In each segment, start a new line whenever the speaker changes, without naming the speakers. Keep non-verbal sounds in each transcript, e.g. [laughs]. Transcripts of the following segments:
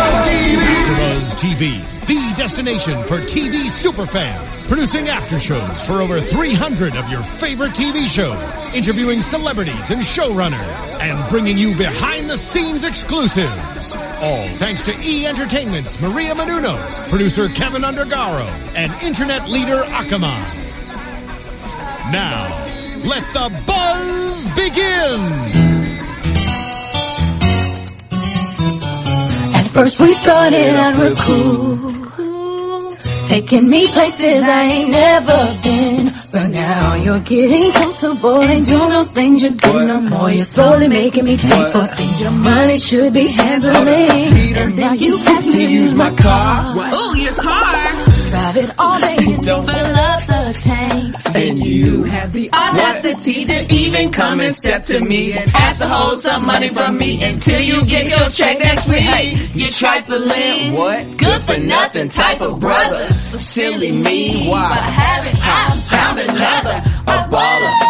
AfterBuzz TV, the destination for TV superfans, producing aftershows for over 300 of your favorite TV shows, interviewing celebrities and showrunners, and bringing you behind-the-scenes exclusives. All thanks to E Entertainment's Maria Menounos, producer Kevin Undergaro, and internet leader Akamai. Now, let the buzz begin!
At first we started out real cool. Taking me places I ain't never been. But now you're getting comfortable and doing those things you do no more. You're slowly making me pay for things your money should be handling. And now you ask me to use my car.
Oh, your car.
Drive it all day and don't fill up the tank.
And you
Have the
audacity to even come and step to me and ask to hold some money from me until you get your check next week. Hey, you trifling, what? Good for nothing type of brother. Silly me, why?
But haven't I found another?
A baller.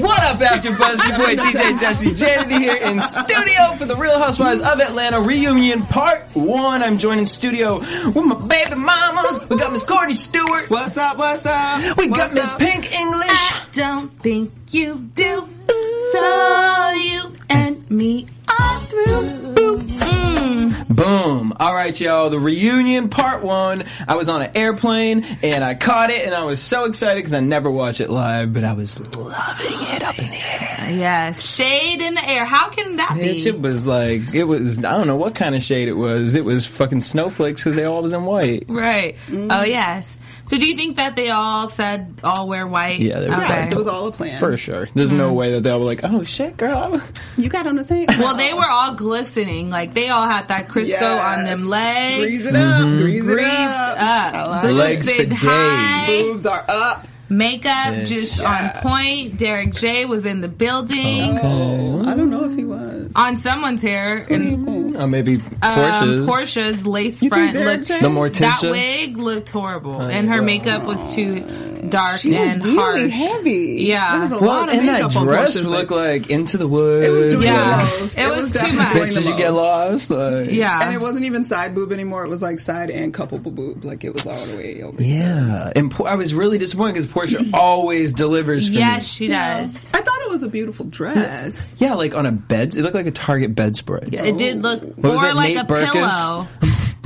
What up, AfterBuzz? Your boy DJ Jesse Janity here in studio for the Real Housewives of Atlanta reunion part one. I'm joining studio with my baby mamas. We got Miss Courtney Stewart. What's up? What's up? We got Miss Pink English.
I don't think you do. So you and me are through. Mm.
Boom. All right, y'all. The reunion part one. I was on an airplane and I caught it and I was so excited because I never watch it live, but I was loving it up in the air.
Yes, shade in the air. How can that
Bitch, it
be?
was like, it was, I don't know what kind of shade it was. It was fucking snowflakes because they all was in white.
Right. Oh, yes. So do you think that they all said all wear white?
Yeah, they were
okay.
black.
It was all a plan. Mm-hmm.
For sure. There's no way that they were like, oh shit, girl.
You got on the same.
Well, they were all glistening. Like they all had that Crisco on them legs. Mm-hmm.
Grease it up. Grease it
Greased
up. I
up,
like it.
Legs for
boosted
days.
high,
Boobs are up.
makeup
Bitch.
just on point. Derek J was in the building
Okay.
Oh, I don't know if he was.
on someone's hair, and
Uh, maybe
um,
Porsches.
Portia's lace
Mm-hmm.
front
You think Derek
looked
J?
the Morticia.
That wig looked horrible, and her
well.
makeup was too dark
She was
and
really
hard.
heavy.
Yeah.
There was a
well,
lot of
and that
makeup on
dress
Portia's
looked
leg.
like Into the Woods.
It was doing
Yeah.
[laughs]
[laughs] the most.
It was too
definitely
much.
doing
Bitch,
the
did you get lost?
most.
Like-
Yeah,
And it wasn't even side boob anymore. It was like side and couple boob. Like it was all the way over.
Yeah, and Por- I was really disappointed because
[laughs]
Portia always delivers for
yes,
me.
she does.
I thought it was a beautiful dress.
Yeah, like on a bed. It looked like a Target bedspread. Yeah.
It did look,
Oh. was
or
it,
like
Nate
a
Berkus? [laughs]
pillow,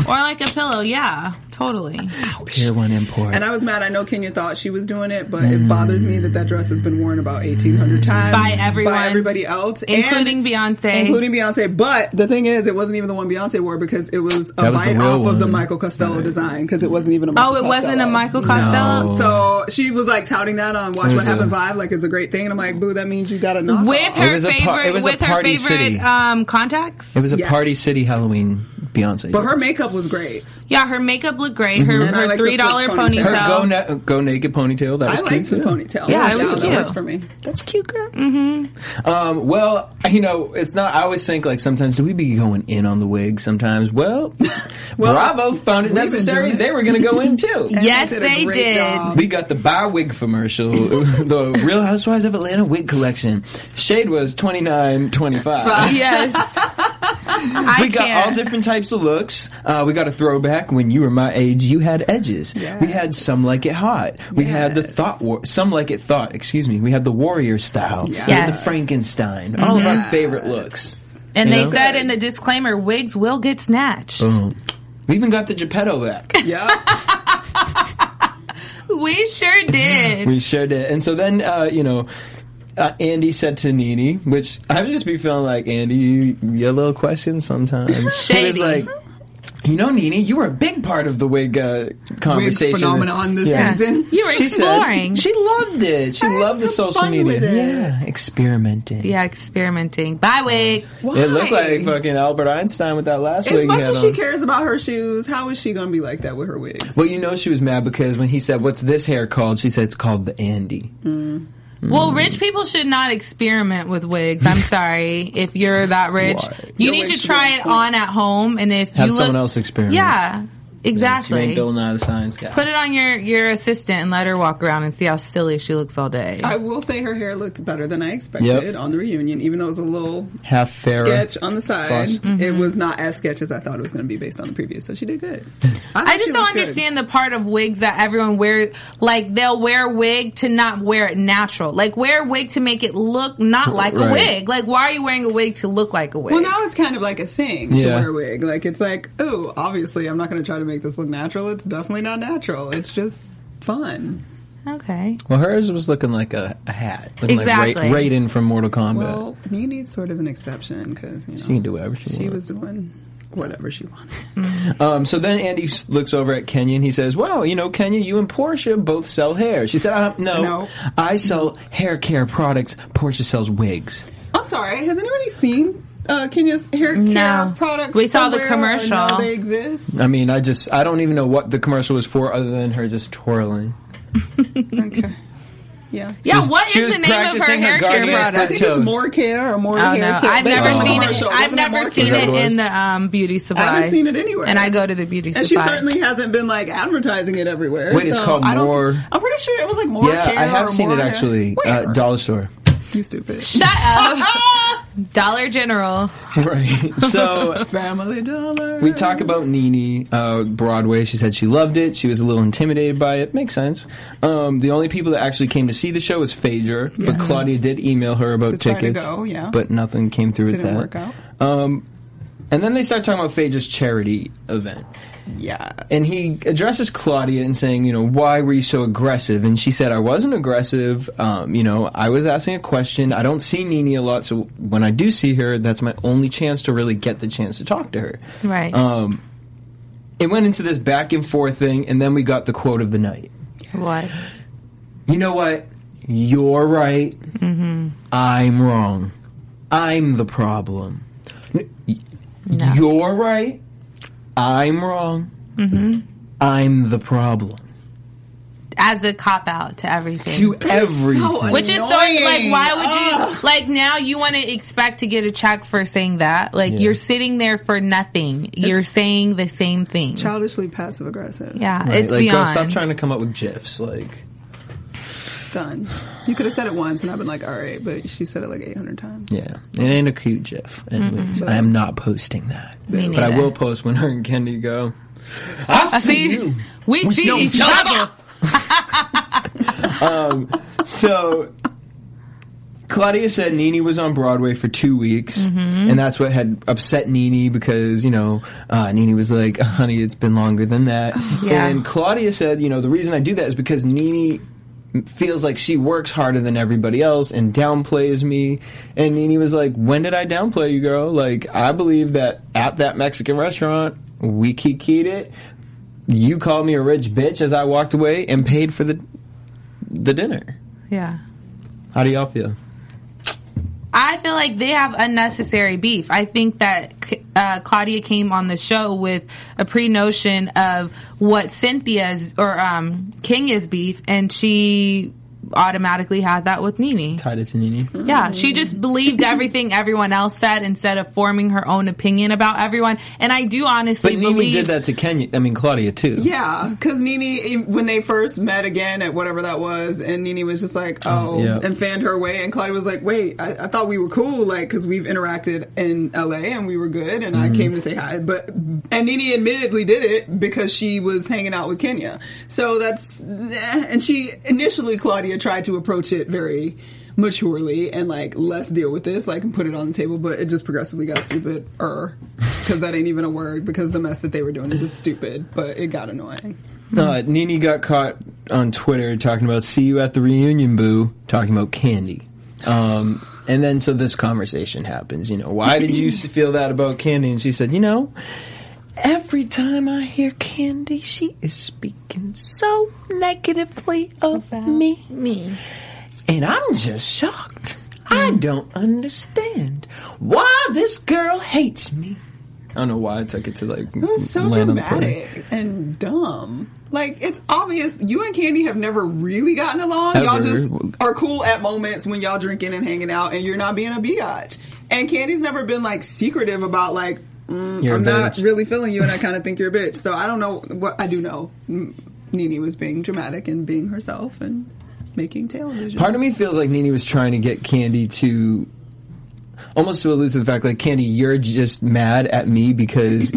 or like a pillow. Yeah, totally.
[laughs]
Pier one import.
And I was mad. I know Kenya thought she was doing it, but it bothers me that that dress has been worn about 1,800 times.
By everyone.
By everybody else. and-
Including Beyonce.
Including Beyonce. But the thing is, it wasn't even the one Beyonce wore because it was a
That was the
bite
real
off of the
one.
Michael Costello design because it wasn't even a Michael
Oh, it wasn't a
Costello.
Michael Costello.
So she was like touting that on Watch
It
What
was a-
Happens Live, like it's a great thing. And I'm like, boo, that means you got a knockoff.
With
It
her
was a par-
favorite,
it was a
with her
Party City.
favorite um, contacts.
it was a
Yes.
Party City Halloween Beyonce.
but her makeup was great.
Yeah, her makeup looked great. Her,
And I
her
Mm-hmm. like the
three dollar
silk
ponytail.
ponytail.
Her go, na- go naked ponytail. That was
I liked the
cute. too.
ponytail.
Yeah, it
Y'all,
was
that
cute.
worked for me.
That's cute, girl. Mm-hmm. Um, well, you know, it's not. I always think like sometimes do we be going in on the wig? Sometimes,
[laughs]
well, Bravo found it
been
necessary.
doing it.
They were going to go in
[laughs]
too.
yes,
did a
they
great
did.
job.
We got the buy wig commercial, [laughs] the Real Housewives of Atlanta wig collection. Shade was twenty nine twenty
[laughs]
[laughs]
five.
Yes, I
We got all
can't.
different types of looks. Uh, we got a throwback. When you were my age, you had edges. We had some like it hot. We had the thought war. Some like it thought. Excuse me. We had the warrior style. We had the
Yes. Mm-hmm.
Frankenstein. All of our favorite looks.
and
you
they
know?
said in the disclaimer, wigs will get snatched.
Boom. We even got the Geppetto back.
Yeah.
We sure did.
We sure did. And so then, uh, you know, uh, Andy said to Nene, which I would just be feeling like Andy, you, you a little question
[laughs]
sometimes. She was
Shady.
like, you know, Nene, you were a big part of the wig uh, conversation
phenomenon this season.
You were
She said
exploring.
she loved it. She
I was
loved the
having
social
fun
media.
with it.
Yeah, experimenting.
[laughs] yeah, experimenting. Bye, wig.
[laughs]
Why?
It looked like fucking Albert Einstein with that last wig.
As
he
much
had
as she
on.
cares about her shoes, how is she going to be like that with her wigs?
Well, you know she was mad because when he said, "What's this hair called?" she said, "It's called the Andy." Mm.
Well, rich people should not experiment with wigs. I'm sorry. If you're that rich,
Why?
you
Your
need
wig
to
should
try
be
it
cool.
on at home. And if
Have
you
someone
look-
else experiment.
yeah,
She
exactly.
ain't Bill Nye the Science Guy.
Put it on your your assistant and let her walk around and see how silly she looks all day.
I will say her hair looked better than I expected
Yep.
on the reunion, even though it was a little
Half fair.
sketch on the side.
Fuzz.
Mm-hmm.
It was not as sketch as I thought it was going to be based on the preview, so she did
[laughs]
good. thought
I
she
just don't
looked good.
understand the part of wigs that everyone wear. Like they'll wear a wig to not wear it natural. Like wear a wig to make it look not like
Right.
a wig. Like why are you wearing a wig to look like a wig?
Well, now it's kind of like a thing to
Yeah.
wear a wig. Like it's like, oh, obviously, I'm not going to try to make this look natural. It's definitely not natural. It's just fun.
okay.
Well, hers was looking like a, a hat. Looking
Exactly.
like Ra- Raiden from Mortal Kombat.
Well, Nene's sort of an exception because you know
she can do whatever she,
she
wants.
was doing whatever she wanted.
Um, so then Andy s- looks over at Kenya and he says, "Wow, you know, Kenya, you and Portia both sell hair." She said, uh, "No,
No.
I sell hair care products. Portia sells wigs."
I'm sorry. Has anybody seen uh, Kenya's hair care
No.
products?
We saw the
somewhere or know
commercial.
they exist.
I mean, I just I don't even know what the commercial was for, other than her just twirling.
Okay. Yeah.
Yeah,
was-
what
she
is
was
the name of her
practicing her
hair care
Garnier
I
product?
think
Toes.
it's more care or more
I don't
hair
know.
care.
Oh, I've
They
never
saw the
seen it.
commercial.
I've
Wasn't
never
more
seen
care?
it in the um, beauty supply.
seen it anywhere.
And I go to the beauty
And she
supply.
certainly hasn't been like advertising it everywhere.
Wait, it's
so
called
I don't-
More-
I'm pretty sure it was like more
yeah,
care.
I have
or
seen
more
it
hair.
actually.
Where?
Uh, dollar store. [laughs]
you
[laughs]
stupid.
Shut up. Dollar General.
Right. So
Family Dollar.
we talk about Nene uh, Broadway. She said she loved it. She was a little intimidated by it. Makes sense. Um, the only people that actually came to see the show was Phaedra, but Claudia did email her about
try to
tickets.
go, yeah.
But nothing came through with
Didn't
that.
work out.
Um, and then they start talking about Phaedra's charity event.
Yeah.
And he addresses Claudia and saying, you know, why were you so aggressive? And she said, I wasn't aggressive. Um, you know, I was asking a question. I don't see Nini a lot, so when I do see her, that's my only chance to really get the chance to talk to her.
Right.
Um, it went into this back and forth thing, and then we got the quote of the night.
what?
You know what? You're right.
Mm-hmm.
I'm wrong. I'm the problem. N- y- You're right. I'm wrong.
Mm-hmm.
I'm the problem.
As a cop out to everything.
To everything.
Which is so like,
Annoying.
why would you like now? You want to expect to get a check for saying that? Like
Yeah.
you're sitting there for nothing. you're saying the same thing.
Childishly passive aggressive.
yeah,
Right,
it's
like, girl,
beyond.
stop trying to come up with gifs. Like,
Done. You could have said it once and I've been like, all right, but she said it like 800 times.
yeah, it ain't a cute gif. Anyways, I am not posting that,
Me
but I
neither.
will post when her and Kendi go. I,
I see, [laughs] we, see,
see
each
each
other.
[laughs] Um, So Claudia said Nene was on Broadway for two weeks,
Mm-hmm.
and that's what had upset Nene because you know uh, Nene was like, "Honey, it's been longer than that."
[sighs] Yeah.
And Claudia said, "You know, the reason I do that is because Nene." Feels like she works harder than everybody else and downplays me. And Nene was like, When did I downplay you, girl? Like, I believe that at that Mexican restaurant, we kikied it. You called me a rich bitch as I walked away and paid for the the dinner.
Yeah,
How do y'all feel?
I feel like they have unnecessary beef. I think that uh, Claudia came on the show with a pre notion of what Cynthia's or um, Kenya's beef, and she automatically had that with Nene.
Tied it to Nini.
Yeah, she just
[laughs]
believed everything everyone else said instead of forming her own opinion about everyone. And I do honestly
But Nini
believe
did that to Kenya. I mean Claudia too.
Yeah, because Nini, when they first met again at whatever that was, and Nini was just like, oh,
yeah.
and fanned her way, and Claudia was like, wait, I, I thought we were cool, like, because we've interacted in LA and we were good, and I came to say hi. But, and Nini admittedly did it because she was hanging out with Kenya. So that's, eh, and she initially, Claudia tried to approach it very maturely and like, let's deal with this, like, and put it on the table, but it just progressively got stupid, er, because that ain't even a word, because the mess that they were doing is just stupid, but it got annoying.
Uh, Nini got caught on Twitter talking about "see you at the reunion, boo," talking about candy. Um, and then so this conversation happens. You know, why did you s- feel that about Candy? And she said, you know, every time I hear Candy, she is speaking so negatively of me.
Me.
And I'm just shocked. I
Mm.
don't understand why this girl hates me. I don't know why I took it to like
It was so
land on the plane.
dramatic and dumb. Like it's obvious you and Candy have never really gotten along. Y'all
Ever.
just are cool at moments when y'all drinking and hanging out, and you're not being a biatch. And Candy's never been like secretive about like mm,
You're a
I'm not
bitch.
really feeling you, and I kind of think you're a bitch. So I don't know what I do know. mm, Nene was being dramatic and being herself and making television.
Part of me feels like Nene was trying to get Candy to almost to allude to the fact like Candy, you're just mad at me because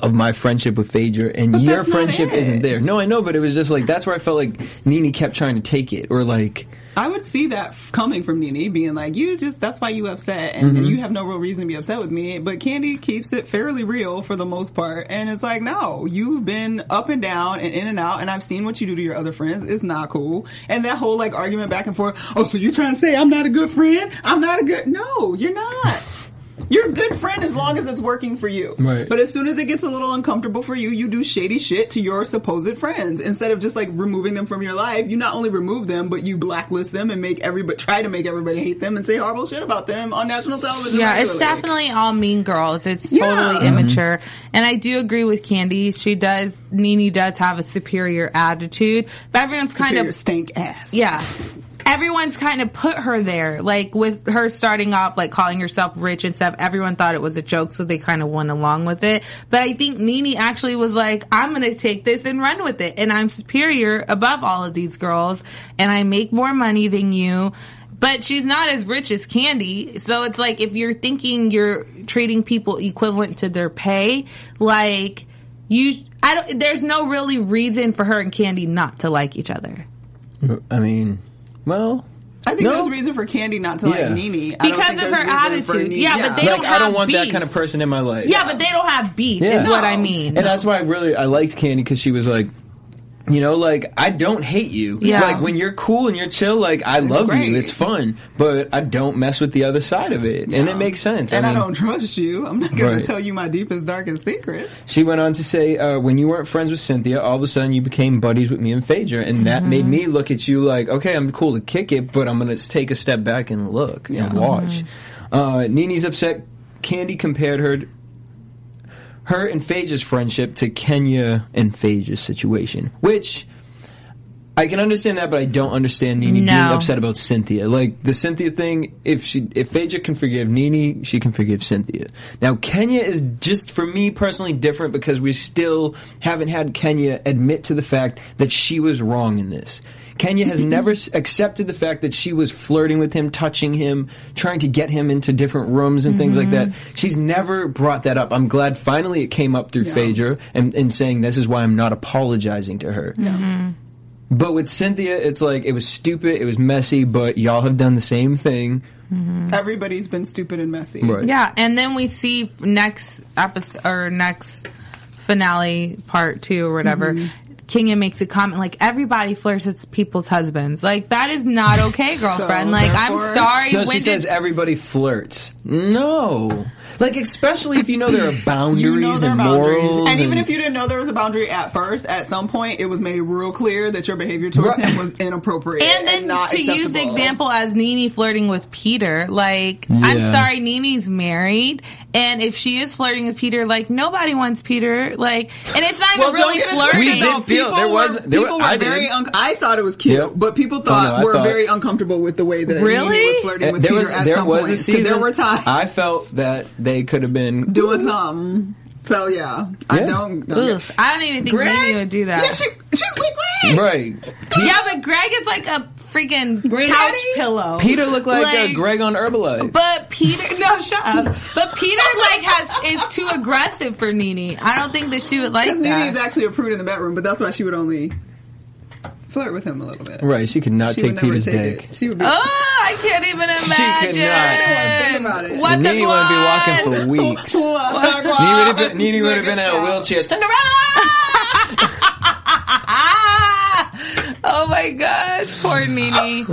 of my friendship with Phaedra and
But
your
that's not
friendship
it.
isn't there. No, I know, but it was just like that's where I felt like Nene kept trying to take it or like
I would see that f- coming from Nene, being like, "You just that's why you upset, and you have no real reason to be upset with me." But Candy keeps it fairly real for the most part, and it's like, "No, you've been up and down and in and out, and I've seen what you do to your other friends. It's not cool." And that whole like argument back and forth. Oh, so you're trying to say I'm not a good friend? I'm not a good? No, you're not. You're a good friend as long as it's working for you.
Right.
But as soon as it gets a little uncomfortable for you, you do shady shit to your supposed friends. Instead of just like removing them from your life, you not only remove them, but you blacklist them and make everybody try to make everybody hate them and say horrible shit about them on national television.
Yeah, it's
regularly.
definitely all mean girls. It's
Yeah.
totally
Mhm.
immature. And I do agree with Candy. She does, Nene does have a superior attitude, but everyone's
Superior
kind of
stank ass.
Yeah. Everyone's kind of put her there. Like with her starting off, like calling herself rich and stuff, everyone thought it was a joke, so they kind of went along with it. But I think Nene actually was like, I'm going to take this and run with it. And I'm superior above all of these girls, and I make more money than you. But she's not as rich as Candy. So it's like, if you're thinking you're treating people equivalent to their pay, like, you, I don't, there's no really reason for her and Candy not to like each other.
I mean, well,
I think
No.
there's reason for Candy not to
Yeah.
like Nene I don't
Because
think
of
there's
her
reason for
attitude.
Nene.
Yeah, but they
like
don't
I don't
have
want that
beef.
kind of person in my life.
Yeah, but they don't have beef, is
Yeah.
what I mean.
And that's why I really I liked Candy because she was like, you know, like I don't hate you.
Yeah.
Like when you're cool and you're chill, like I love
great.
you. It's fun, but I don't mess with the other side of it, and it makes sense.
And I,
mean,
don't trust you. I'm not going
Right.
to tell you my deepest, darkest secret.
She went on to say, uh, when you weren't friends with Cynthia, all of a sudden you became buddies with me and Phaedra, and that made me look at you like, okay, I'm cool to kick it, but I'm gonna take a step back and look and watch. Uh, Nini's upset. Candy compared her. her and Phaedra's friendship to Kenya and Phaedra's situation, which I can understand that, but I don't understand Nene
No.
being upset about Cynthia. Like the Cynthia thing, if she if Phaedra can forgive Nene, she can forgive Cynthia. Now Kenya is just for me personally different because we still haven't had Kenya admit to the fact that she was wrong in this. Kenya has never s- accepted the fact that she was flirting with him, touching him, trying to get him into different rooms and things like that. She's never brought that up. I'm glad finally it came up through Phaedra and, and saying this is why I'm not apologizing to her.
Mm-hmm.
But with Cynthia, it's like it was stupid, it was messy, but y'all have done the same thing.
Everybody's been stupid and messy.
yeah, and then we see next episode or next finale part two or whatever.
Mm-hmm.
Kenya makes a comment like everybody flirts at people's husbands. Like that is
[laughs]
not okay, girlfriend. like I'm
therefore-
sorry.
No,
when
she
did-
says everybody flirts. No. Like, especially if you know Mm-hmm. there are boundaries
[coughs] you know there are
and
boundaries.
morals.
And even if you didn't know there was a boundary at first, at some point it was made real clear that your behavior towards
Right.
him was inappropriate.
and then
not
to use the
acceptable.
example as Nene flirting with Peter, like I'm
Yeah.
sorry, Nene's married, and if she is flirting with Peter, like nobody wants Peter, like, and it's not even really
don't get it
flirting.
We
twisted,
did
though.
feel-
People
there was-
were,
there were-
people
I
were
did.
very. Un- I thought it was cute,
Yep. Oh,
but people
no,
thought
I
were
thought-
very uncomfortable with the way that
Really?
Nene was flirting with
eh, there
Peter
was,
at
there
some
was
point.
a
'Cause
season.
There were times
I felt that they could have been.
[laughs] doing something. So yeah, I
Yeah.
don't. don't
Oof, I don't even think
Greg?
Nene would do that.
Yeah, she, she's weak. Greg.
Right.
Yeah, but Greg is like a freaking
Granddaddy?
couch pillow.
Peter looked like, uh,
Like-
Greg on Herbalife.
But Peter, no, shut
[laughs]
up. But Peter like has is too aggressive for Nene. I don't think that she would like
Nene is
that.
actually a prude in the bedroom, but that's why she would only flirt with him a little bit.
right, she could not
She
take
would never
Peter's
take
dick.
it. She would be.
Oh, I can't even
could not.
imagine.
about it.
What
Nene
the
wouldn't be walking
[laughs] blonde?
for weeks. Nene would
[laughs]
have
Nene
been, Nene would have been in a wheelchair. [laughs]
Cinderella. oh my God, poor Nene.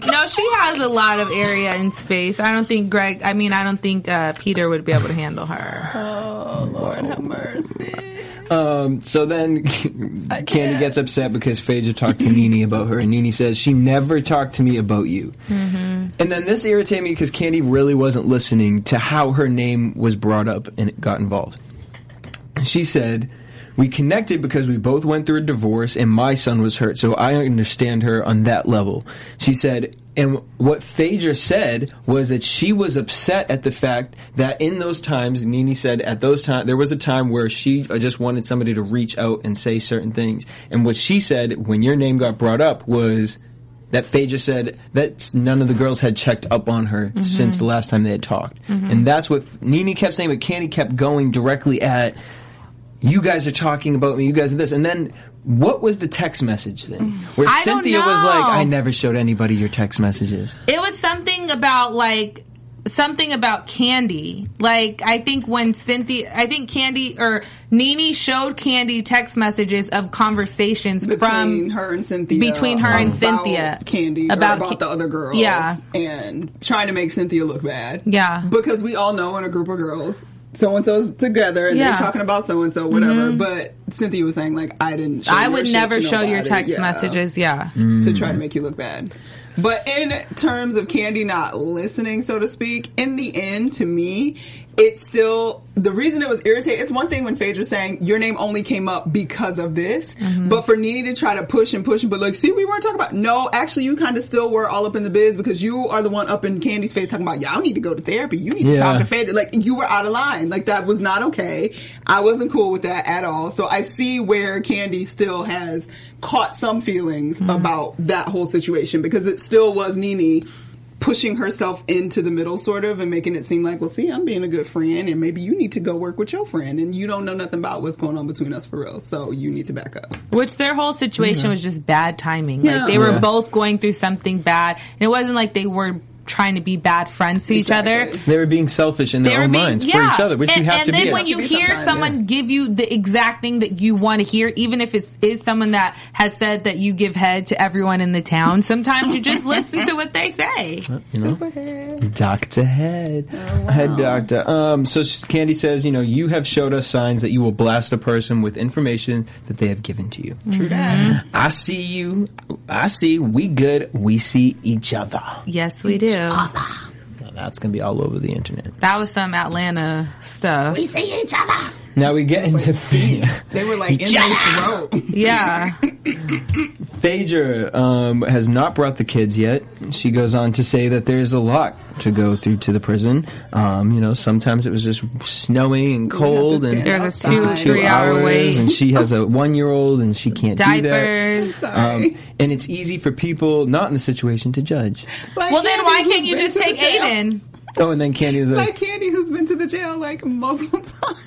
No, know, she has a lot of area and space. I don't think Greg. I mean, I don't think uh, Peter would be able to handle her.
Oh Lord, have mercy.
Um, so then [laughs] Candy gets upset because Phaedra talked to Nini about her, and Nini says, She never talked to me about you. And then this irritated me because Candy really wasn't listening to how her name was brought up and it got involved. She said, We connected because we both went through a divorce and my son was hurt, so I understand her on that level. She said, and what Phaedra said was that she was upset at the fact that in those times, Nini said at those times, there was a time where she uh, just wanted somebody to reach out and say certain things. And what she said when your name got brought up was, that Phaedra said that none of the girls had checked up on her since the last time they had talked. And that's what Nini kept saying, but Candy kept going directly at, you guys are talking about me, you guys are this. And then what was the text message thing? Where
I don't
Cynthia was like,
know.
I never showed anybody your text messages.
It was something about like something about Candy. Like I think when Cynthia, I think Candy or Nini showed Candy text messages of conversations from
Between her and Cynthia,
between her and
about
Cynthia.
Candy, about,
About
or about
Ca-
the other girls,
Yeah.
and trying to make Cynthia look bad,
Yeah.
because we all know in a group of girls, so and so's together and
Yeah. Mm-hmm.
they're talking about so and so, whatever. But Cynthia was saying like, I didn't, show
I
your
would
shit
never
to
show your
nobody.
text
Yeah.
messages. Yeah.
to try to make you look bad. But in terms of Candy not listening, so to speak, in the end, to me, it's still the reason it was irritating. It's one thing when Phaedra's saying your name only came up because of this, but for Nene to try to push and push and but like, see, we weren't talking about. No, actually, you kind of still were all up in the biz because you are the one up in Candy's face talking about y'all need to go to therapy. You need
Yeah.
to talk to Phaedra. Like you were out of line. Like that was not okay. I wasn't cool with that at all. So I see where Candy still has caught some feelings
Mm-hmm.
about that whole situation because it still was Nene pushing herself into the middle sort of and making it seem like, well, see, I'm being a good friend and maybe you need to go work with your friend and you don't know nothing about what's going on between us for real. So you need to back up.
Which their whole situation was just bad timing.
Yeah.
Like they were
Yeah.
both going through something bad, and it wasn't like they were trying to be bad friends to each
Exactly.
other.
They were being selfish in their
They were
own
being-
minds for each other, which
and,
you have
and
to
then
be.
when
as-
you
Should be
hear
sometimes,
someone
yeah.
give you the exact thing that you want to hear, even if it is someone that has said that you give head to everyone in
[laughs]
the town, sometimes you just listen to what they say.
you know? Doctor Head,
Oh,
Head Doctor. Um, so s- Candy says, you know, you have showed us signs that you will blast a person with information that they have given to you. True that. I see you. I see. We good. We see each other.
Yes, we do.
Now that's gonna be all over the internet.
That was some Atlanta stuff.
Now we get into Phaedra.
[laughs] They were like in their
[laughs]
throat.
[laughs]
Yeah.
Phaedra um, has not brought the kids yet. She goes on to say that there's a lot to go through to the prison. Um, you know, sometimes it was just snowy and cold, and
stand There's
a outside. two,
two
three-hour
hours,
wait.
and she has a one-year-old, and she can't do
Diapers.
that. Um, and it's easy for people not in the situation to judge.
Like
Well, then
Candy,
why
who's
can't you
been
just
to the
take
jail.
Aiden?
Oh, and then Candy was
Like
like,
Candy, who's been to the jail like multiple [laughs] times.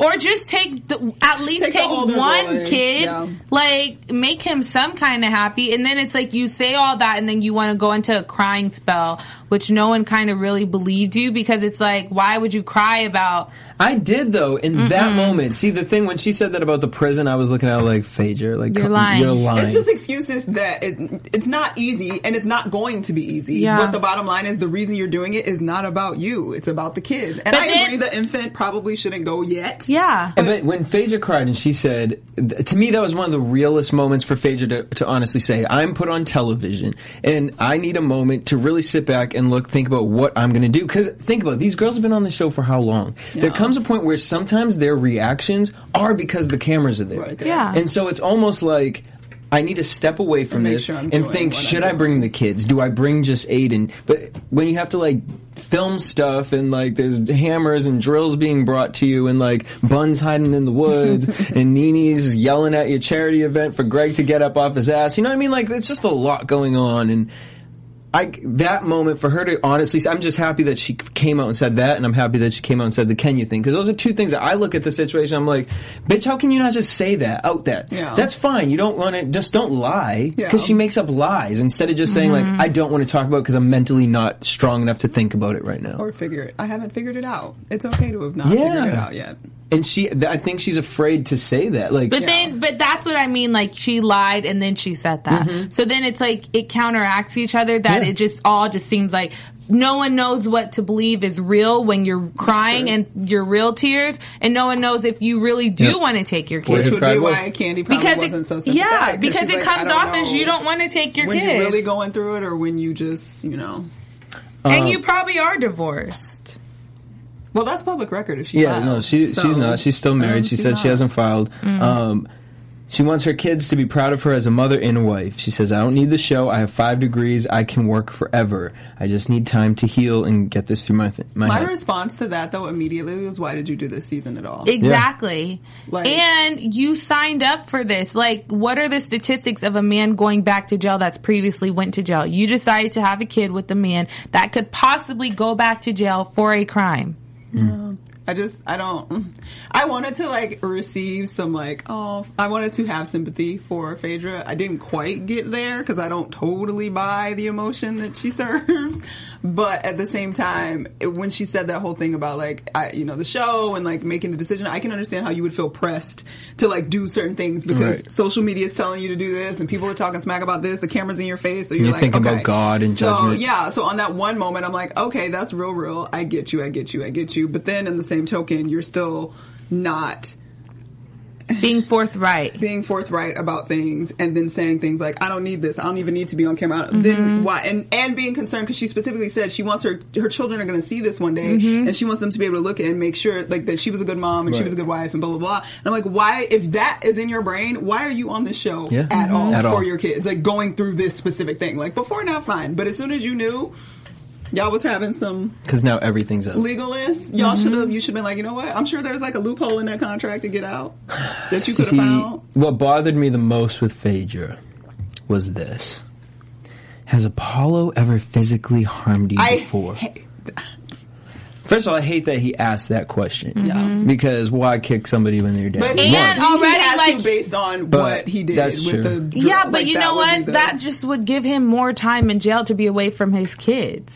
or just take the, at least
Take
take,
the older
one
boy.
kid
Yeah.
like make him some kind of happy and then it's like you say all that and then you want to go into a crying spell which no one kind of really believed you because it's like why would you cry about
"I did though." In that moment, see the thing when she said that about the prison, I was looking at her like Phaedra, like
You're
come-
lying.
You're lying.
It's just excuses that it, it's not easy and it's not going to be easy.
Yeah.
But the bottom line is the reason you're doing it is not about you. It's about the kids. And
But
I
then-
agree the infant probably shouldn't go yet.
yeah
And but when Phaedra cried and she said, th- to me, that was one of the realest moments for Phaedra to, to honestly say, I'm put on television and I need a moment to really sit back and look, think about what I'm going to do. Because think about it, these girls have been on the show for how long? There comes a point where sometimes their reactions are because the cameras are there.
Yeah.
And so it's almost like, I need to step away from
make
this
sure I'm
and
doing
think,
what I'm
should I
doing.
bring the kids? Do I bring just Aiden? But when you have to like film stuff and like there's hammers and drills being brought to you and like buns hiding in the woods
[laughs]
and Nini's yelling at your charity event for Greg to get up off his ass. You know what I mean? Like it's just a lot going on and I that moment for her to honestly, I'm just happy that she came out and said that, and I'm happy that she came out and said the Kenya thing because those are two things that I look at the situation. I'm like, bitch, how can you not just say that out that?
Yeah.
That's fine. You don't want to just don't lie because
Yeah.
she makes up lies instead of just saying like I don't want to talk about because I'm mentally not strong enough to think about it right now.
Or figure it. I haven't figured it out. It's okay to have not
Yeah.
figured it out yet.
and she, th- I think she's afraid to say that. Like,
But then, but that's what I mean. Like she lied and then she said that.
Mm-hmm.
So then it's like it counteracts each other. That
Yeah.
it just all just seems like no one knows what to believe is real when you're crying and your real tears, and no one knows if you really do
Yeah.
want to take your
Which
kid.
Which would
Probably
be
was.
why Candy probably
Because
wasn't
it,
so sympathetic.
yeah,
'cause
because
she's
it
like, I
comes
don't
off as
know
you don't want to take your
when
kid,
you're really going through it, or when you just you know.
and you probably are divorced.
Well, that's public record. If she
yeah,
filed.
no, she
So-
she's not. She's still married.
Um,
she
she's
said she
not. Mm.
hasn't filed. Um, she wants her kids to be proud of her as a mother and wife. She says, "I don't need the show. I have five degrees. I can work forever. I just need time to heal and get this through my th- my,
My
head."
response to that though immediately was, "Why did you do this season at all?"
Exactly.
Like-
and you signed up for this. Like, what are the statistics of a man going back to jail that's previously went to jail? You decided to have a kid with a man that could possibly go back to jail for a crime.
I just I don't. [laughs] I wanted to like receive some like oh I wanted to have sympathy for Phaedra. I didn't quite get there because I don't totally buy the emotion that she [laughs] serves. But at the same time, it- when she said that whole thing about like I, you know the show and like making the decision, I can understand how you would feel pressed to like do certain things because
Right.
social media is telling you to do this and people are talking smack about this. The camera's in your face, so you're,
You're
like
thinking about
okay.
God and
so,
judgment.
Yeah, yeah, so on that one moment, I'm like, okay, that's real, real. I get you, I get you, I get you. But then in the same token, you're still not
Being forthright.
[laughs] being forthright about things and then saying things like, I don't need this, I don't even need to be on camera. Then why? And, and being concerned because she specifically said she wants her, her children are going to see this one day and she wants them to be able to look at and make sure like that she was a good mom and she
Right.
was a good wife and blah, blah, blah. And I'm like, why, if that is in your brain, why are you on this show
Yeah.
at all
At
for
all.
your kids? Like going through this specific thing. Like before, not fine. But as soon as you knew, y'all was having some
Because now everything's up.
legalist. Y'all should have. You should have been like, you know what? I'm sure there's like a loophole in that contract to get out that you could have
See,
found.
what bothered me the most with Phaedra was this. Has Apollo ever physically harmed you
I
before?
ha-
First of all, I hate that he asked that question. Because why kick somebody when they're dead?
But
One.
And
he
already,
had to
like-
based on
But
what he did
that's
with
true.
the drill.
Yeah, but
Like,
you
that
know
would be
what?
the-
that just would give him more time in jail to be away from his kids.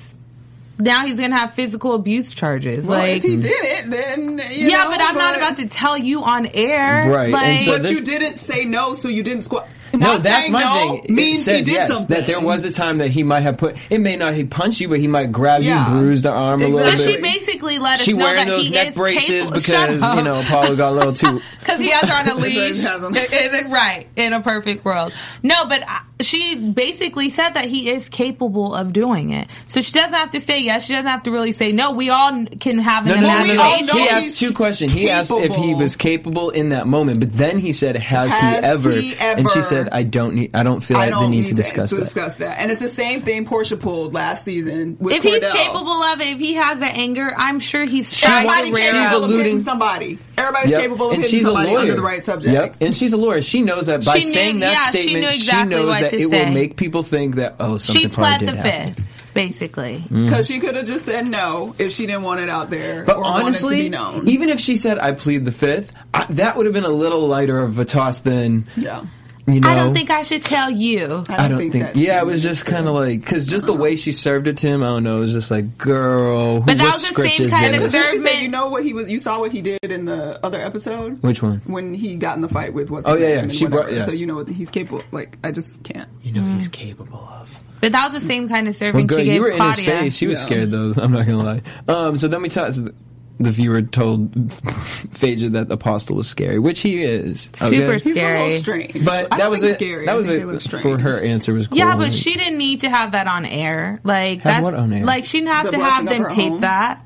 Now he's gonna have physical abuse charges.
well,
like,
if he did it, then you
yeah,
know,
but I'm not about to tell you on air.
Right, and
Like,
so
But
this-
you didn't say no, so you didn't squat.
No,
Not
that's
saying
my
no
thing.
Means
it says
he did
yes,
something.
that there was a time that he might have put. It may not he punched you, but he might grab you,
Yeah.
and bruised the arm a little
but
Exactly.
bit.
she basically let us
She
know
wearing
that
those
he
neck
is
braces
capable-
because
Shut up.
you know Apollo
[laughs]
got a little too.
because he has her on a
[laughs]
leash.
has him.
In- in- right in a perfect world. No, but I, she basically said that he is capable of doing it. So she doesn't have to say yes. She doesn't have to really say no. We all n- can have an
No, no, no, no,
imagination.
no.
all know
He
he's
asked two questions. He asked if he
capable.
was capable in that moment, but then he said, "Has,
Has
he, ever?
he
And she
ever-
said, "I don't need. I don't feel
I
like
don't
the need
need
to discuss
to
that."
discuss that. And it's the same thing Portia pulled last season with
If he's
Cordell.
capable of it, if he has that anger, I'm sure he's
Everybody's
trying to
she's
rear
capable
up.
of hitting
alluding-
somebody. Everybody's
Yep.
capable of
and
hitting
she's a
somebody
lawyer
under the right subject.
Yep. And she's a lawyer. She knows that by
She knew-
saying that
yeah, she
statement,
knew exactly
knows
what
that
to
it
say.
will make people think that oh, something
She
probably
pled
did
the
happen.
fifth, basically.
Because she could have just said no if she didn't want it out there.
Mm. But
or
honestly,
wanted to be known.
even if she said, "I plead the fifth, I, that would have been a little lighter of a toss than
yeah.
you know.
I don't think I should tell you.
I don't think.
that- Uh-huh.
yeah, it was just kind of like because just the way she served it to him, I don't know. It was just like, girl, who,
But that
what
was the
script
same
is
kind
And
of
this?
it's just- she
Servant-
said, you know what he was. You saw what he did in the other episode.
Which one?
When he got in the fight with what's
Oh,
his
yeah,
name
yeah.
and
She
whatever.
brought- yeah.
So you know what he's capable. Like I just can't.
You know, he's capable of.
But that was the same kind of
Well,
serving
girl,
Mm. she gave
you were
Claudia.
in his face. She was scared though. [laughs] I'm not gonna lie. Um, so then we talked. The, the viewer told [laughs] Phaedra that the apostle was scary, which he is. okay?
Super
He's a
Scary.
little strange.
But that
I don't
was
think
it.
Scary.
That
I
was
think they look
it.
strange.
For her answer was cool.
Yeah, but she didn't need to have that on air. Like that's
what on air?
like she didn't have
The
to have
blasting of
them
her
tape
home?
that.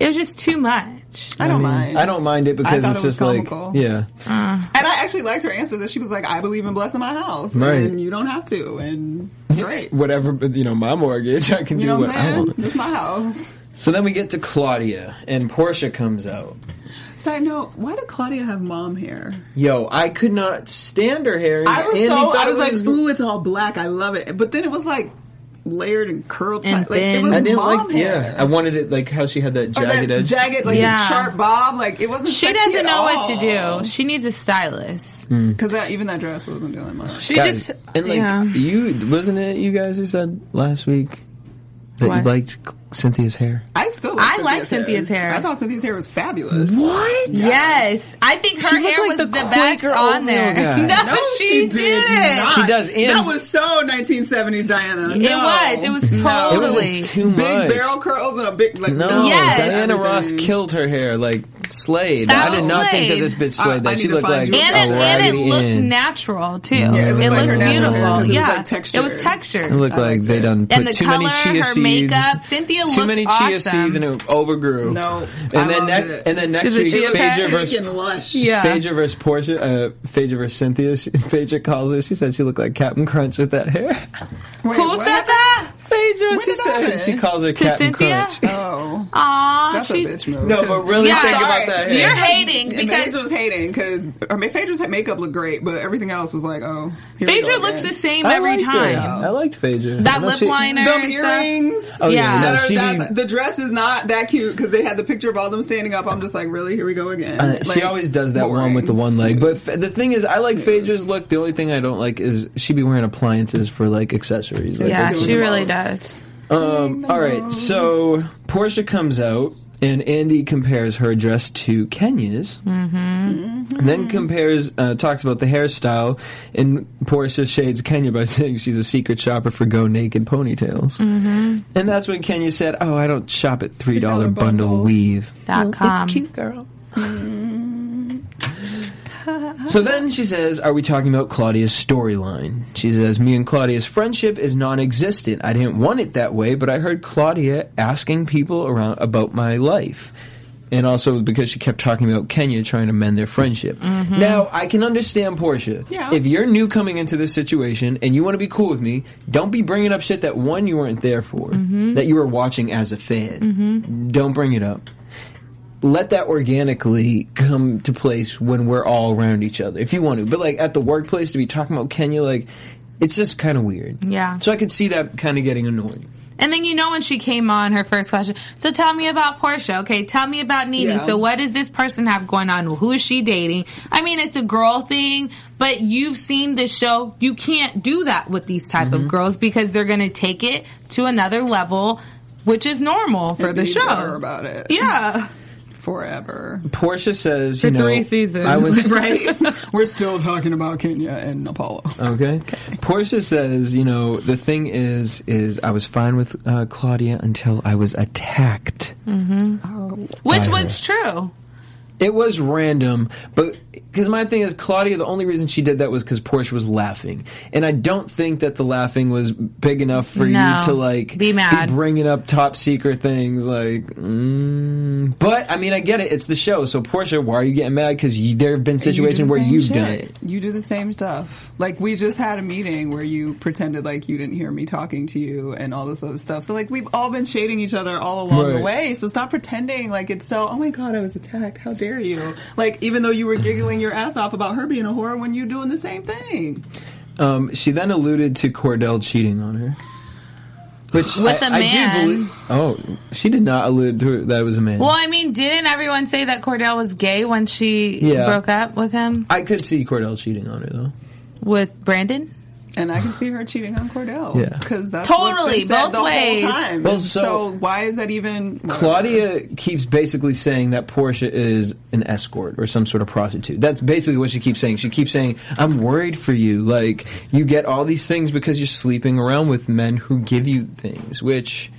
It was just too much.
I don't mind.
I don't mind it because
thought
it's
it was
just like
comical.
yeah.
And I actually liked her answer that she was like, "I believe in blessing my house,
Right.
and you don't have to." And great.
Whatever, but, you know, my mortgage, I can
You
do
know
what
what I'm
I
saying?
want.
It's my house.
So then we get to Claudia, and Portia comes out.
Side note: Why did Claudia have mom hair?
Yo, I could not stand her hair.
I was
Andy
so
thought
I
it
was like, ooh, it's all black. I love it. But then it was like layered and curled.
And
tight. like, it
thin.
was
I didn't
mom
like.
hair.
Yeah, I wanted it like how she had that
Or
jagged
that
edge.
Oh, jagged, like
Yeah.
the sharp bob. Like it wasn't.
She doesn't know what to
[laughs]
do. She needs a stylist.
because that, even that dress wasn't doing much.
She
Guys,
just
and like
yeah.
you wasn't it you guys who said last week that you
What?
liked Cynthia's hair?
I still like
I
Cynthia's
like Cynthia's hair.
I thought Cynthia's hair was fabulous.
What?
Yes, I think her
She looked like
hair was
the
the, best
Quaker
on there.
oatmeal guy.
[laughs] No,
No,
she,
she, did
didn't.
not.
She does
That
ends-
was so 1970s Diana.
It
No.
was. It was
It was
totally.
just too
Big
much.
barrel curls and a big like.
No,
Yes.
Diana Ross
Everything.
killed her hair like slayed.
That
I did
was
not think that
slayed.
this bitch slayed
I-
that.
I
she
need to
looked like
find you
and
a
it, and it
raggedy
looked
Ann.
natural too.
it
it
looked like her
looked
natural hair,
beautiful.
'cause it was,
yeah,
like, textured.
textured.
It looked
I
like
liked
they
it.
done put
and the
too
color,
many chia
her
seeds.
makeup. Cynthia
too
looked
many
awesome.
chia seeds and it overgrew.
No,
and
I
then
loved
next
it.
and then next
She's a
week,
chia
Phaedra
pet.
versus
freaking lush.
Yeah.
Phaedra versus Portia. Uh, Phaedra versus Cynthia. She, [laughs] Phaedra calls her. She said she looked like Captain Crunch with that hair.
Wait,
Who
what?
said that?
Phaedra. [laughs] she
did that
said
happen?
she calls her
To
Captain
Cynthia?
Crunch.
Oh,
Aw,
that's
Ah, she.
a bitch move.
no,
[laughs]
but really
Yeah,
think
sorry.
about that hair.
You're hating because
Phaedra was hating because I mean Phaedra's makeup looked great, but everything else was like, oh, here we
Phaedra
go
looks the
again.
same every
liked her.
time.
I liked Phaedra.
That
I know
lip
she-
liner.
Them
and stuff.
earrings.
Oh yeah,
Yeah.
no,
That are-
she
that's- the dress is not that cute because they had the picture of all them standing up. I'm just like, really? Here we go again.
Uh, she
Like,
always does that one
boring.
with the one leg. But f- the thing is, I like Phaedra's look. The only thing I don't like is she be wearing appliances for like accessories. Like,
Yeah,
it's-
she really
most.
does.
Um, all right. So Portia comes out, and Andy compares her dress to Kenya's. Mm-hmm. Then compares, uh, talks about the hairstyle, and Portia shades Kenya by [laughs] saying she's a secret shopper for go naked ponytails. Mm-hmm. And that's when Kenya said, "Oh, I don't shop at three dollar bundle
bundles.
weave."
Dot com.
It's cute, girl. So then she says, Are we talking about Claudia's storyline? She says, Me and Claudia's friendship is non existent. I didn't want it that way, but I heard Claudia asking people around about my life. And also because she kept talking about Kenya trying to mend their friendship. Now, I can understand Portia.
Yeah.
If you're new coming into this situation and you want to be cool with me, don't be bringing up shit that one, you weren't there for, that you were watching as a fan. Don't bring it up let that organically come to place when we're all around each other if you want to but like at the workplace to be talking about kenya like it's just kind of weird
Yeah.
so i could see that kind of getting annoying
And then you know when she came on her first question. So tell me about Portia. Okay, tell me about Nene.
Yeah.
So what does this person have going on? Who is she dating? I mean, it's a girl thing, but you've seen the show. You can't do that with these type of girls because they're going to take it to another level, which is normal for
And
the
be
show.
bitter about it.
Yeah.
forever.
portia says
For
you know
three seasons.
i
[laughs]
was
right? [laughs] We're still talking about Kenya and Apollo.
[laughs] okay portia says you know the thing is is i was fine with uh, claudia until i was attacked
Mm-hmm. Which
Right.
was true.
It was random, but because my thing is Claudia, the only reason she did that was because Portia was laughing, and I don't think that the laughing was big enough for
No.
you to like
Be mad.
bringing up top secret things. Like, mm. but I mean, I get it. It's the show, so Portia, why are you getting mad? Because there have been situations where you've done it.
You do the same stuff. Like we just had a meeting where you pretended like you didn't hear me talking to you and all this other stuff. So like we've all been shading each other all along the
Right.
way. So stop pretending like it's so. Oh my god, I was attacked. How dare you? Like even though you were giggling your ass off about her being a whore when you're doing the same thing.
Um, she then alluded to Cordell cheating on her. Which
With
I-
a
I do
man.
believe- oh, she did not allude to that it was a man.
Well, I mean, didn't everyone say that Cordell was gay when she
Yeah.
broke up with him?
I could see Cordell cheating on her though.
With Brandon?
And I can see her cheating on Cordell.
Yeah.
because that's what's
Totally,
been said
both
the
ways.
whole time.
Well,
And
so-
so, why is that even
Claudia keeps basically saying that Portia is an escort or some sort of prostitute. That's basically what she keeps saying. She keeps saying, "I'm worried for you. Like you get all these things because you're sleeping around with men who give you things." Which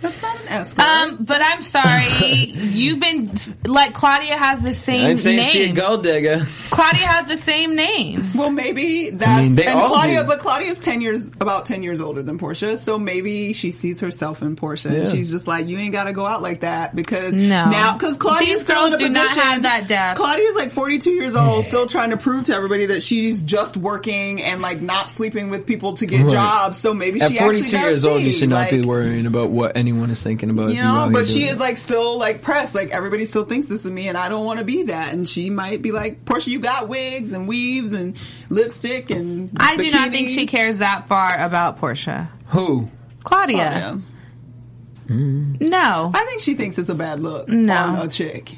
That's not an escort.
Um, but I'm
[laughs]
sorry, you've been like Claudia has the same
I ain't saying she a
name.
gold digger.
Claudia has the same
[laughs]
name.
Well, maybe that's
mean, they
and
all
Claudia,
do.
but Claudia's ten years about ten years older than Portia, so maybe she sees herself in Portia, and
Yeah.
she's just like, "You ain't got to go out like that because
No.
now because Claudia's
These
still in
girls
a
do not
position-
have that depth.
Claudia's like forty two years old, still trying to prove to everybody that she's just working and like not sleeping with people to get
Right.
jobs. So maybe
At
she actually
42
does
years old, you
see,
should not be
like-
worrying about what anyone is thinking about.
you know,
out
but
here
she
doing
is
it.
like still like pressed. Like everybody still thinks this is me, and I don't want to be that. And she might be like, Portia, you got wigs and weaves and lipstick and.
I do not think
bikinis."
she cares that far about Portia.
who?
Claudia,
Yeah.
no.
I think she thinks it's a bad look
No.
on a chick.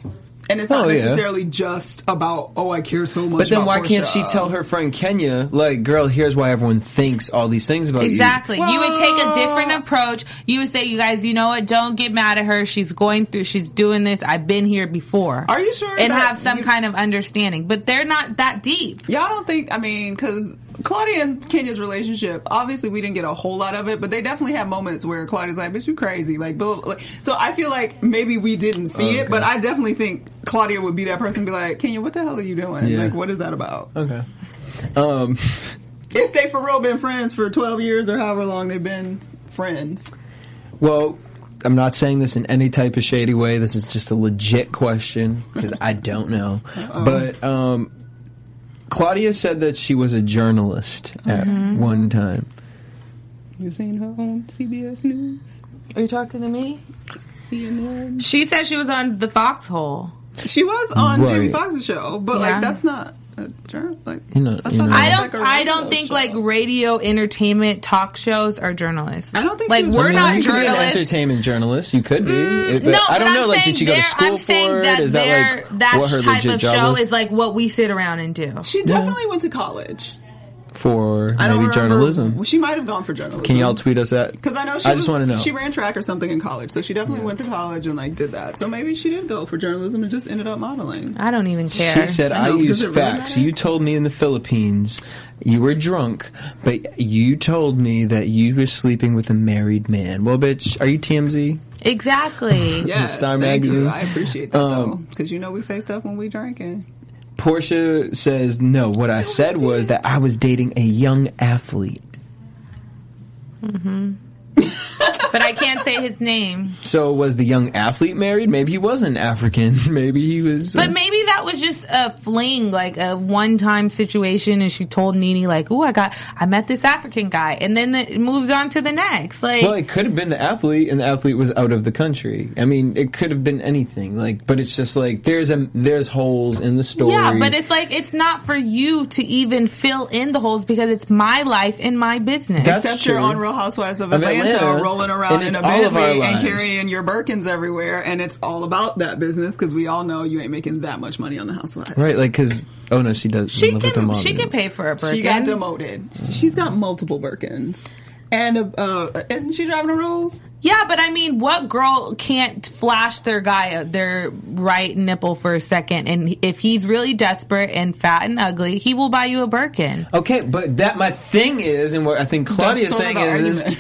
and it's not
Oh, yeah.
necessarily just about oh I care so much.
But then
about
why can't she
Portia.
tell her friend Kenya, like, girl, here's why everyone thinks all these things about
Exactly.
you?
you would take a different approach. You would say, "You guys, you know what? Don't get mad at her. She's going through. She's doing this. I've been here before."
Are you sure
And
that
have some
you-
kind of understanding. But they're not that deep.
Y'all don't think, I mean, because Claudia and Kenya's relationship, obviously we didn't get a whole lot of it, but they definitely have moments where Claudia's like, bitch, you crazy. Like, blah, blah, blah. so I feel like maybe we didn't see it, but I definitely think Claudia would be that person to be like, Kenya, what the hell are you doing?
Yeah.
Like, what is that about?
Okay. Um,
If they for real been friends for 12 years or however long they've been friends.
well, I'm not saying this in any type of shady way. This is just a legit question because I don't know. But um, Claudia said that she was a journalist at
Mm-hmm.
one time.
You seen her on CBS News?
Are you talking to me?
CNN?
She said she was on the foxhole.
She was on Jamie
Right.
Foxx's show, but
Yeah.
like, that's not a journal. Like,
You know-
thought
you know.
that
I
was,
don't.
like, a
I
radio
don't think
show.
like radio entertainment talk shows are journalists.
I don't think
like
she was-
we're
I mean,
not
you could be an
journalists. Mm,
entertainment journalist. You could be. It- but
no,
I
but
don't
I'm
know. Like, did
saying
she go to
there-
school
I'm
for
saying
it?
that
Is that
there-
like
that
what her
type
legit
of
job
show
was?
is like what we sit around and do.
She definitely went to college.
for
I don't
maybe
remember.
journalism?
Well, she might have gone for journalism.
Can y'all tweet us that?
Because I know she
I
was,
just want to know.
she ran track or something in college, so she definitely went to college and like did that. So maybe she did go for journalism and just ended up modeling.
I don't even care.
She said, I,
I know, does
use
it really
facts.
matter?
you told me in the Philippines you were drunk, but you told me that you were sleeping with a married man. Well, bitch, are you TMZ? [laughs]
exactly.
Yes,
Star
thank
Magazine.
You. I appreciate that though.
Um,
because you know we say stuff when we drinking.
Portia says, No, what I said was that I was dating a young athlete.
but I can't say his name.
So was the young athlete married? Maybe he wasn't African. [laughs] Maybe he was. uh,
But maybe that was just a fling, like a one-time situation, and she told Nene, like, "Ooh, I got, I met this African guy," and then it moves on to the next. Like,
Well, it could have been the athlete, and the athlete was out of the country. I mean, it could have been anything. Like, but it's just like there's a there's holes in the story.
yeah, but it's like it's not for you to even fill in the holes because it's my life and my business.
That's
Except
true.
you're on Real Housewives of
Of
Atlanta,
Atlanta,
rolling around
and
in
it's
a
all of our
Bentley
lives.
and carrying your Birkins everywhere, and it's all about that business because we all know you ain't making that much money on the Housewives.
right, like because oh no, she does.
she
live with her
can,
mom
she
and-
can pay for a Birkin.
She got demoted. She's got multiple Birkins. And uh, uh, isn't she driving a Rolls?
Yeah, but I mean, what girl can't flash their guy uh, their right nipple for a second? And if he's really desperate and fat and ugly, he will buy you a Birkin.
Okay, but that my thing is, and what I think Claudia's
That's sort
saying
of
is,
the
is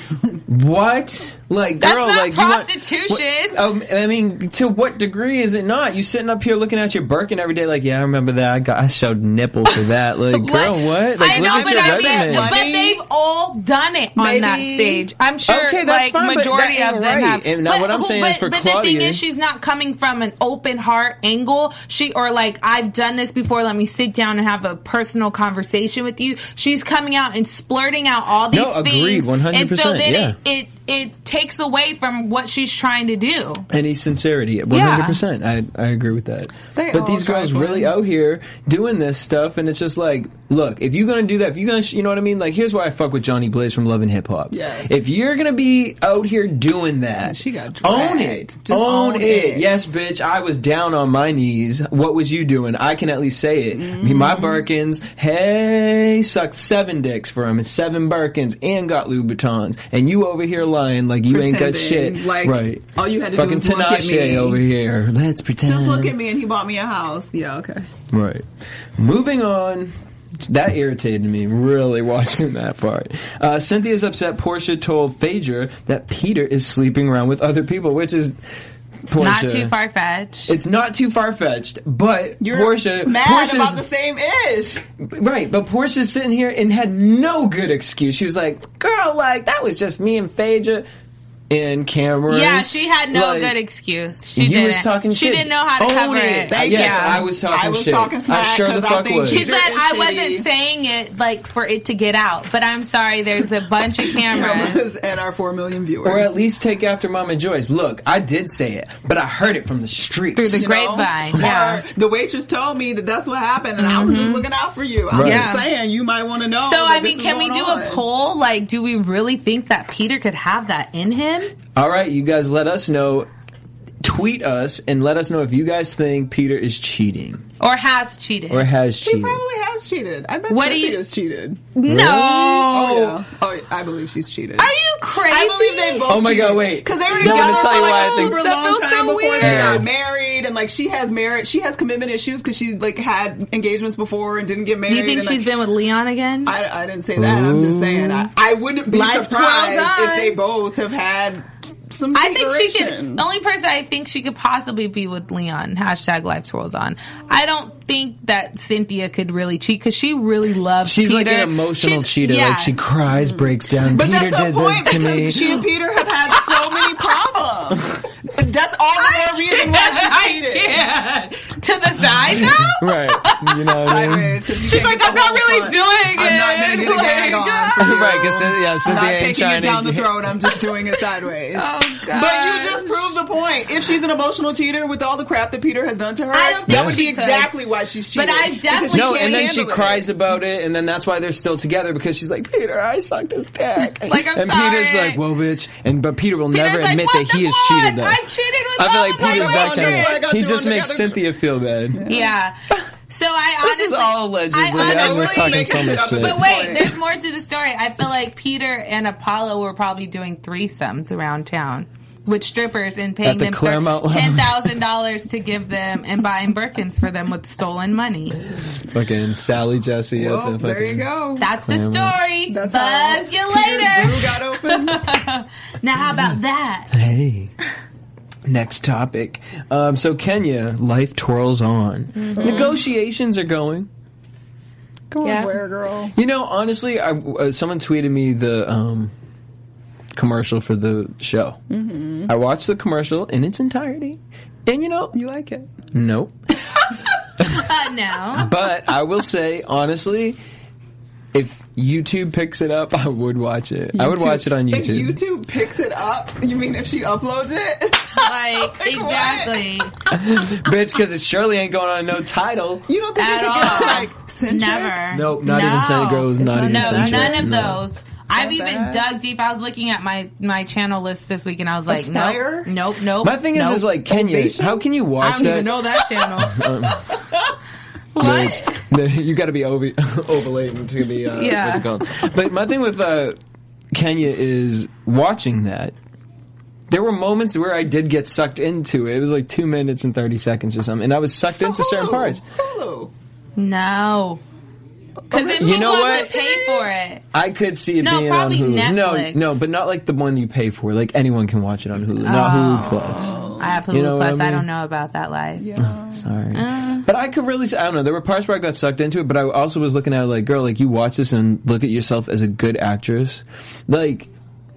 [laughs]
argument.
what like
That's
girl
not
like
prostitution.
You want, what, um, I mean, to what degree is it not? You sitting up here looking at your Birkin every day, like yeah, I remember that. I got I showed nipple for that.
[laughs]
Like girl, what? Like
I
look
know,
at
but,
your
I
resume.
mean, but they've all done it on that
Maybe-
stage. I'm sure,
Okay, that's
like
fine, but
majority
that ain't
of them
right.
have.
And now
but
what I'm
who-
saying
but,
is for
but the thing
Claudia-
is, she's not coming from an open heart angle. She or like I've done this before. Let me sit down and have a personal conversation with you. She's coming out and splurting out all these
No, agreed,
things.
100%,
And so then
yeah.
it, it it takes away from what she's trying to do.
any sincerity. One
Yeah.
hundred percent. I I agree with that.
They
but
all
these girls
drive
really
one.
out here doing this stuff, and it's just like, look, if you're gonna do that, if you're gonna, sh- you know what I mean? Like, here's why I fuck with Johnny Blaze from Love and Hip Hop.
Yes.
If you're gonna be out here doing that,
She got
own
dragged.
it,
Just
own,
own
it.
it.
Yes, bitch. I was down on my knees. What was you doing? I can at least say it. My
Mm-hmm.
Birkins. Hey, sucked seven dicks for him and seven Birkins and got Louboutins, and you over here lying like you ain't got
Pretending,
shit.
like,
right.
all you had to do
Fucking
was look at
Tinashe
me.
over here. Let's pretend.
Just look at me and he bought me a house. Yeah, okay.
Right. Moving on. That irritated me, really [laughs] watching that part. Uh, Cynthia's upset Portia told Phaedra that Peter is sleeping around with other people, which is. Portia.
Not too far fetched.
It's not too far fetched, but Portia.
mad
Portia's,
about the same ish.
Right, but Portia's sitting here and had no good excuse. She was like, girl, like, that was just me and Phaedra in camera.
Yeah, she had no good excuse. She
you
didn't.
was talking
she
shit.
didn't know how to
Own
cover
it.
it.
Thank Yes,
yeah.
I was talking
I was
shit.
talking smack
I sure the
'cause I
fuck
think
was.
She
Shit
said
is
I
shitty."
wasn't saying it like for it to get out, but I'm sorry. There's a bunch
[laughs]
of cameras.
Cameras and our four million viewers.
Or at least take after Mama Joyce. Look, I did say it, but I heard it from the streets.
Through the-
you know?
grapevine, yeah. Mm-hmm.
Or the waitress told me that that's what happened, and I was just looking out for you. I'm
Right.
just
Yeah.
saying you might want to know.
So
that
I
this
mean,
is
can we
going
do
on.
a poll? Like, do we really think that Peter could have that in him?
All right, you guys let us know tweet us and let us know if you guys think Peter is cheating
or has cheated.
or has
She
cheated.
probably has cheated. I bet
What do
Cynthia
you-
has cheated.
no,
Oh, yeah. oh, yeah, I believe she's cheated.
are you crazy?
I believe they both.
Oh my God,
cheated.
wait.
Cause they already
No, I'm
got
gonna
on
tell
for
you
like
why I
a
think-
super
That
long
feels
time
so
before
weird.
they
Yeah.
got married, and like she has married, she has commitment issues because she like had engagements before and didn't get married.
You think
and,
she's
like,
been with Leon again?
I, I didn't say that. I'm just saying I, I wouldn't be
Life
surprised
twirls on.
if they both have had some.
I think she could.
figuration.
The only person I think she could possibly be with Leon. Hashtag life twirls on. I don't think that Cynthia could really cheat because she really loves.
She's like
Peter.
an emotional
She's-
cheater.
yeah.
Like she cries, breaks down.
But
Peter
that's the
did
point
this to
because
me.
she and Peter have had so [laughs] many problems. That's all the more reason why she cheated.
Yeah. To the side now.
right. You know what I mean?
Sideways, 'cause you
She's
can't
like,
get the
I'm not
whole
really
front.
doing
I'm not gonna
it.
get a gag
Like,
[laughs] on
God.
for you.
Right, because yeah,
I'm
Cynthia
not
ain't
taking
trying
it down
to
the throat. I'm just doing it sideways.
[laughs] Oh, God.
But you just proved the point. If she's an emotional cheater with all the crap that Peter has done to her,
I don't
that
think
would
she
be
could.
exactly why she's cheating.
But I
Because
definitely
she
No,
can't
and then she
handle it.
cries about it, and then that's why they're still together because she's like, Peter, I sucked his dick.
[laughs] Like, I'm
and Peter's
sorry.
like, well, bitch. And but Peter will
Peter's
never
like,
admit
"What
that he
the
has cheated. Though
fuck? I've cheated with
I feel
all
like
of my
Peter's that
children.
kind
I
of.
got
He
you
just
on
makes
together.
Cynthia feel bad.
Yeah. So I honestly,
This is all allegedly.
I
I know, we're
honestly-
talking so much shit.
But
Good
wait,
point.
there's more to the story. I feel like Peter and Apollo were probably doing threesomes around town with strippers and paying
At the
them for
Claremont Lounge.
ten thousand dollars to give them and buying Birkins for them with stolen money.
Fucking Sally Jesse. at
Well,
the
there you
fucking-
go.
That's the
Claremont.
story.
That's how
Buzz you
Peter's brew
later.
[laughs] got open.
Now how about
[laughs]
that?
Hey. Next topic. Um, so Kenya, life twirls on.
Mm-hmm.
Negotiations are going.
Go
Yeah.
on, where girl.
You know, honestly, I, uh, someone tweeted me the um, commercial for the show.
Mm-hmm.
I watched the commercial in its entirety, and you know,
You like it?
nope.
Uh, [laughs] no.
But I will say, honestly, if YouTube picks it up, [laughs] I would watch it. I would watch
[laughs]
it on
If
YouTube.
YouTube picks it up, you mean if she uploads it? [laughs]
Like
[laughs]
exactly.
Bitch, because it surely ain't going on no title.
You don't think
At
you could
all.
get like centric?
Never.
Nope, not even Sunny Girls,
It's
not,
not
even
No,
even
Sunny
none
Girls,
of
no.
those. I've even
bad.
dug deep. I was looking at my my channel list this week, and I was like,
Aspire?
nope, nope, nope.
My thing is,
nope.
is like Kenya.
Ovation?
How can you watch
I don't
that?
even know that
[laughs]
channel. what?
Bitch. [laughs] you got to be over overlaid to be uh,
Yeah.
what's it called? But my thing with uh, Kenya is watching that. There were moments where I did get sucked into it. It was like two minutes and thirty seconds or something, and I was sucked
So
into certain
Hulu.
parts.
Hulu.
No. Because then
You
people
know
would
what?
pay for it.
I could see it
No,
being on
probably
Hulu.
Netflix.
No, no, but not like the one you pay for. Like anyone can watch it on Hulu, not Hulu Plus.
I have Hulu
You know what
Plus.
I
I,
mean?
don't know about that life.
Sorry,
Uh.
but I could really. Say, I don't know. There were parts where I got sucked into it, but I also was looking at it like, girl, like you watch this and look at yourself as a good actress. Like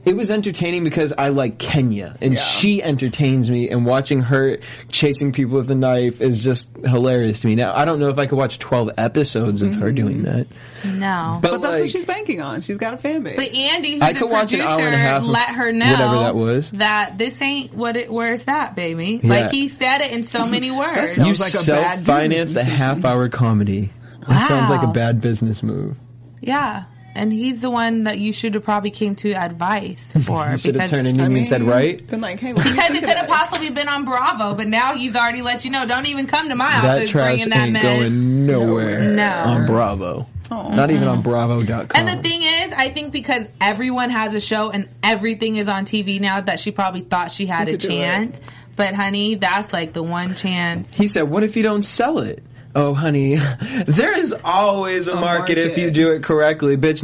it was entertaining because I like Kenya and she entertains me, and watching her chasing people with a knife is just hilarious to me. Now I don't know if I could watch twelve episodes of her doing that,
No.
but,
Mm-hmm. But that's
like,
what she's banking on. She's got a fan base.
But Andy, who's
I
a
could watch an
producer,
hour and a half of
let her know
whatever that was.
that this ain't what it. Where's that, baby?
Yeah.
Like he said it
[laughs]
in so many words.
sounds
you
like a bad
self financed a
business decision.
half hour comedy. That sounds like a
Wow.
bad business move.
yeah, and he's the one that you should have probably came to advice for.
[laughs] You should have
because-
turned in
I
and
mean,
said, right?
Been like, hey, what do you
Because it
think
could have
about
possibly been on Bravo, but now he's already let you know. Don't even come to my
that
office
trash
bringing that
ain't
mess.
going nowhere
No.
on Bravo. Not even on Bravo.com.
And the thing is, I think because everyone has a show and everything is on TV now, that she probably thought she had a
could do it.
chance. But honey, that's like the one chance.
he said, "What if you don't sell it?" Oh, honey, [laughs] there is always a, market, if
market.
you do it correctly, bitch.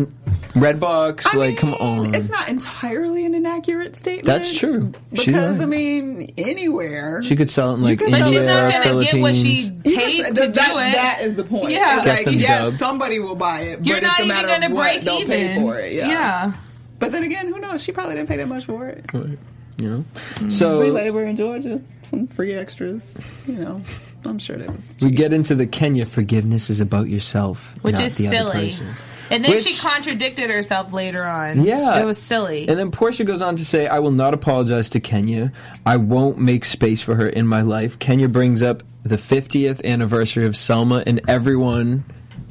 Redbox,
I
like, come
mean,
on.
It's not entirely an inaccurate statement.
That's true. She's
Because
right.
I mean, anywhere
she could sell it in like
could-
India,
But she's not
or
gonna
Philippines.
get what she
You could-
paid
th-
to
that,
do it.
That is the point.
Yeah.
It's
Get
like,
them
yes,
dubbed.
somebody will buy it.
You're
but it's
not
a
even
matter
going to
of what
break
they'll
even.
Pay for it. Yeah.
yeah.
But then again, who knows? She probably didn't pay that much for it.
you know? So
Free labor in Georgia, some free extras. You know, I'm sure that was.
we get into the Kenya forgiveness is about yourself,
Which
not
is
the other
silly.
person.
And then
Which-
she contradicted herself later on.
Yeah.
It was silly.
And then Portia goes on to say, I will not apologize to Kenya. I won't make space for her in my life. Kenya brings up the 50th anniversary of Selma, and everyone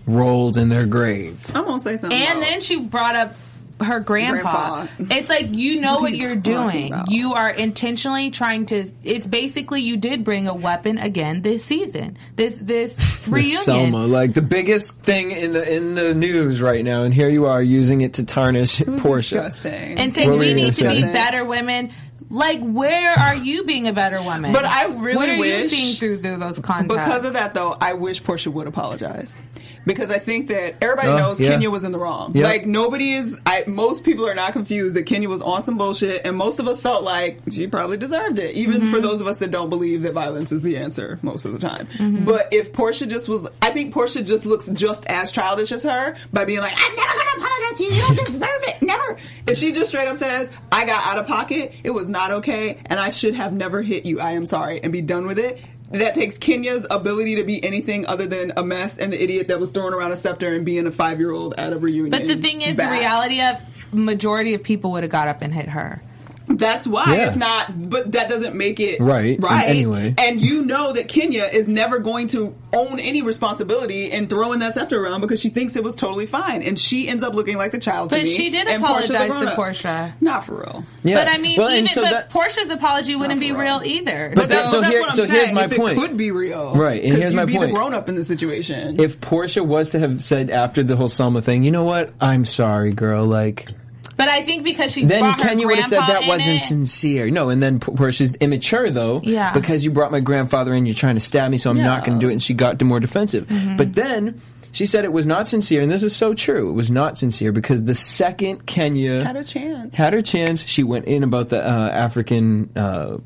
rolled in their grave.
I'm gonna say something.
And
about-
then she brought up her grandpa.
Grandpa.
It's like you know
What are
what
you
you're
talking
doing.
about?
You are intentionally trying to. It's basically you did bring a weapon again this season. This
[laughs]
this reunion.
Selma, like the biggest thing in the in the news right now, and here you are using it to tarnish
It was
Portia.
disgusting.
and saying
What were
we
you
need to
gonna
be
say?
better women. Like, where are you being a better woman?
But I really
what are you
wish-
seeing through through those contacts?
Because of that, though, I wish Portia would apologize because I think that everybody
Oh,
knows
yeah.
Kenya was in the wrong.
Yep.
Like nobody is. I, most people are not confused that Kenya was on some bullshit, and most of us felt like she probably deserved it. Even for those of us that don't believe that violence is the answer most of the time. But if Portia just was, I think Portia just looks just as childish as her by being like, "I'm never gonna apologize to you. You don't deserve it. Never." If she just straight up says, "I got out of pocket. It was not okay, and I should have never hit you. I am sorry," and be done with it that takes Kenya's ability to be anything other than a mess and the idiot that was throwing around a scepter and being a five year old at a reunion.
But the thing is,
back.
the reality of majority of people would have got up and hit her.
That's why
Yeah.
it's not, but that doesn't make it
Right,
Right.
anyway.
And you know that Kenya is never going to own any responsibility in throwing that scepter around because she thinks it was totally fine. And she ends up looking like the child to
But
me,
she did
and Portia's a
apologize to
grown-up.
Portia.
Not for real.
Yeah.
But I mean,
Well, and
even
so
but
that-
Portia's apology wouldn't be
for
real
real.
either.
But that,
so
so, that's
here-
what I'm
so
saying.
here's my
if
point.
It could be real.
Right, and
'Cause
here's
you'd
my
be
point.
the grown up in the situation.
if Portia was to have said after the whole Selma thing, you know what? I'm sorry, girl. Like
But I think because she
then
brought her
Kenya would have said
grandpa
that
in
wasn't
it-
sincere. No, and then P- Portia's immature though.
Yeah.
Because you brought my grandfather in, you're trying to stab me, so I'm not
Yeah.
going to do it. And she got more defensive. But then she said it was not sincere, and this is so true. It was not sincere because the second Kenya
Had her chance.
had her chance, she went in about the uh, African uh,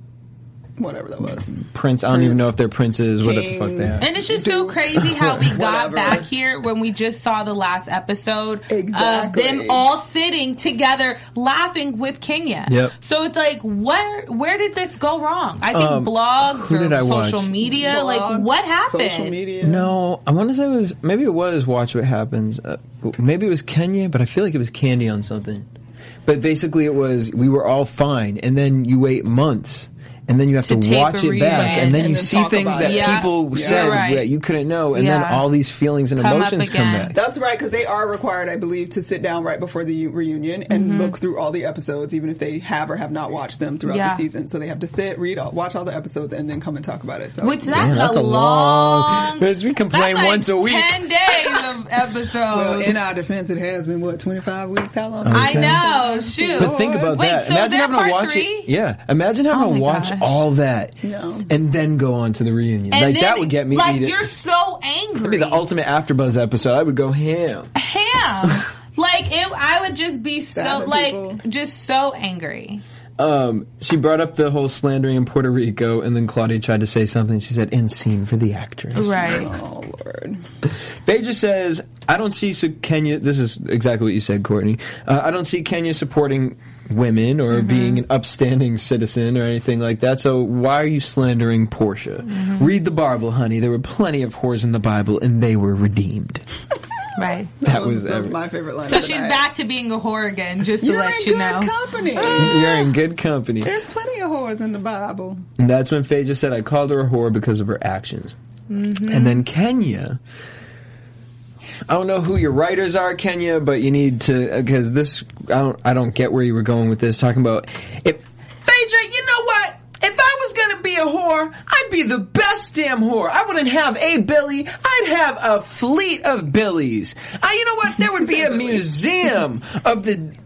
Whatever that was.
prince. I don't even
Prince.
know if they're princes, whatever the fuck they
Kings.
are.
And it's just so crazy
[laughs]
how we got
Whatever.
back here when we just saw the last episode
Exactly.
of them all sitting together laughing with Kenya.
Yep.
So it's like, where where did this go wrong? I think
Um,
blogs
who
or
did I
social
watch?
media, like
Blogs,
what happened?
Social media.
No, I want to say it was maybe it was Watch What Happens. Uh, maybe it was Kenya, but I feel like it was Candy on something. But basically, it was we were all fine, and then you wait months, and then you have
To
to,
tape
watch
a
it back,
rewind
and then
and
you
then
see
talk
things
about
that
it.
Yeah.
people
Yeah.
said
Right.
that you couldn't know, and then
Yeah.
all these feelings and
Come up
emotions come
again.
back.
That's right, because they are required, I believe, to sit down right before the reunion and
Mm-hmm.
look through all the episodes, even if they have or have not watched them throughout
Yeah.
the season. So they have to sit, read, all, watch all the episodes, and then come and talk about it. So [laughs]
Which that's,
Damn, that's
a,
a long-
long.
That's- we complain
that's like
once a week. [laughs]
Ten days of episodes.
well, in our defense, it has been what twenty five weeks. How long?
I know. Oh, Shoot.
But think about
Wait,
that.
So is
imagine
there
having
part
to watch
three?
it. Yeah, imagine having
Oh my
to watch
gosh.
all that,
No.
and then go on to the reunion. like
then,
that would get me.
Like
eat it.
you're so angry.
That'd be the ultimate AfterBuzz episode. I would go ham.
ham.
[laughs]
like it, I would just be so
Seven
like
people.
just so angry.
Um, she brought up the whole slandering in Puerto Rico, and then Claudia tried to say something. She said, "End scene for the actress."
Right.
Oh Lord.
Phaedra says, "I don't see su- Kenya. This is exactly what you said, Courtney. Uh, I don't see Kenya supporting women or being an upstanding citizen or anything like that. So why are you slandering Portia? Read the Bible, honey. There were plenty of whores in the Bible, and they were redeemed.
Right.
That,
That was,
was,
that was
every-
my favorite line.
So
of the
she's
night.
back to being a whore again, just to
You're
let
in
you
good
know.
company.
You're in good company.
There's plenty of whores in the Bible.
And that's when Phaedra said, I called her a whore because of her actions. And then Kenya. I don't know who your writers are, Kenya, but you need to because this I don't I don't get where you were going with this. Talking about if Phaedra, you know what? If I was gonna be a whore, I'd be the best damn whore. I wouldn't have a Billy. I'd have a fleet of Billies. I, you know what? There would be a museum of the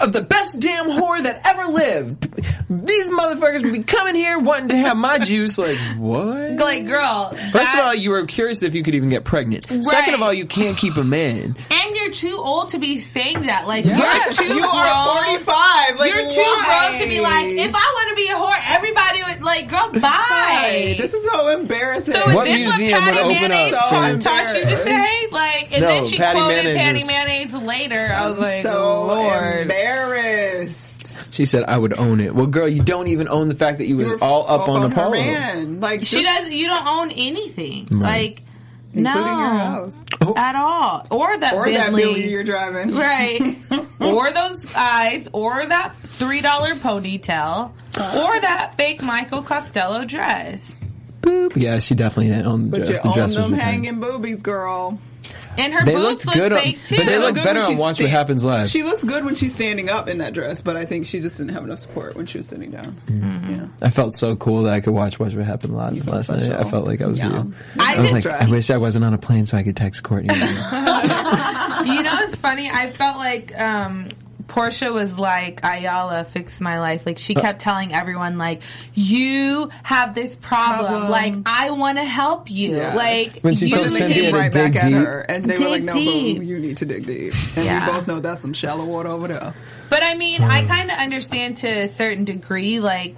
of the best damn whore that ever lived. These motherfuckers would be coming here wanting to have my juice. Like what?
Like, girl.
First of
that-
all, you were curious if you could even get pregnant. Second of all, you can't keep a man.
and you're too old to be saying that. Like, [laughs]
Yes,
you're too
you
grown.
are 45. Like,
you're too
why?
grown to be like, if I want to be a whore, everybody would like, girl,
Hi,
bye.
this is so embarrassing.
so is
What
this
museum
what Patty
would open
Mayonnaise
up to-
taught, taught you to say? Like, and
No,
then she
Patty
quoted
Mayonnaise
Patty
is-
Mayonnaise later. I was like,
so
Lord.
embarrassed.
She said, I would own it. Well, girl, you don't even own the fact that you was
You're
all up on
her
Apollo.
man. Like
She
just
doesn't. You don't own anything, like no,
including your house
at all, or that
or
Bentley,
that Billy you're
[laughs]
driving.
right?
[laughs]
or those eyes, or that
Uh.
three dollar ponytail, or that fake Michael Costello dress.
boob. Yeah, she definitely didn't own the
But you
dress. The
own
dress was
them
Japan.
hanging boobies, girl.
And her
They
boobs
looked
look
good on-
fake too.
but they look
Good
better
when
on
she's
Watch What Happens Live.
She looks good when she's standing up in that dress, but I think she just didn't have enough support when she was sitting down. Yeah.
I felt so cool that I could watch Watch What Happened Live last night.
special.
I felt like I was
Yeah.
you.
I
I, was
did
like,
dress.
I wish I wasn't on a plane so I could text
[laughs]
Courtney.
you know it's funny i felt like um Portia was like Ayala fixed my life. Like
Uh.
she kept telling everyone, like you have this problem.
Problem.
Like I want to help you.
Yeah.
Like
When she
you
told
Literally
Cynthia
came
to
right
dig
back at
deep.
her, and they were
Dig
like, "No,
deep.
boo, you need to dig deep." And
Yeah.
we both know that's some shallow water over there.
But I mean, I
Hmm.
kind of understand to a certain degree, like.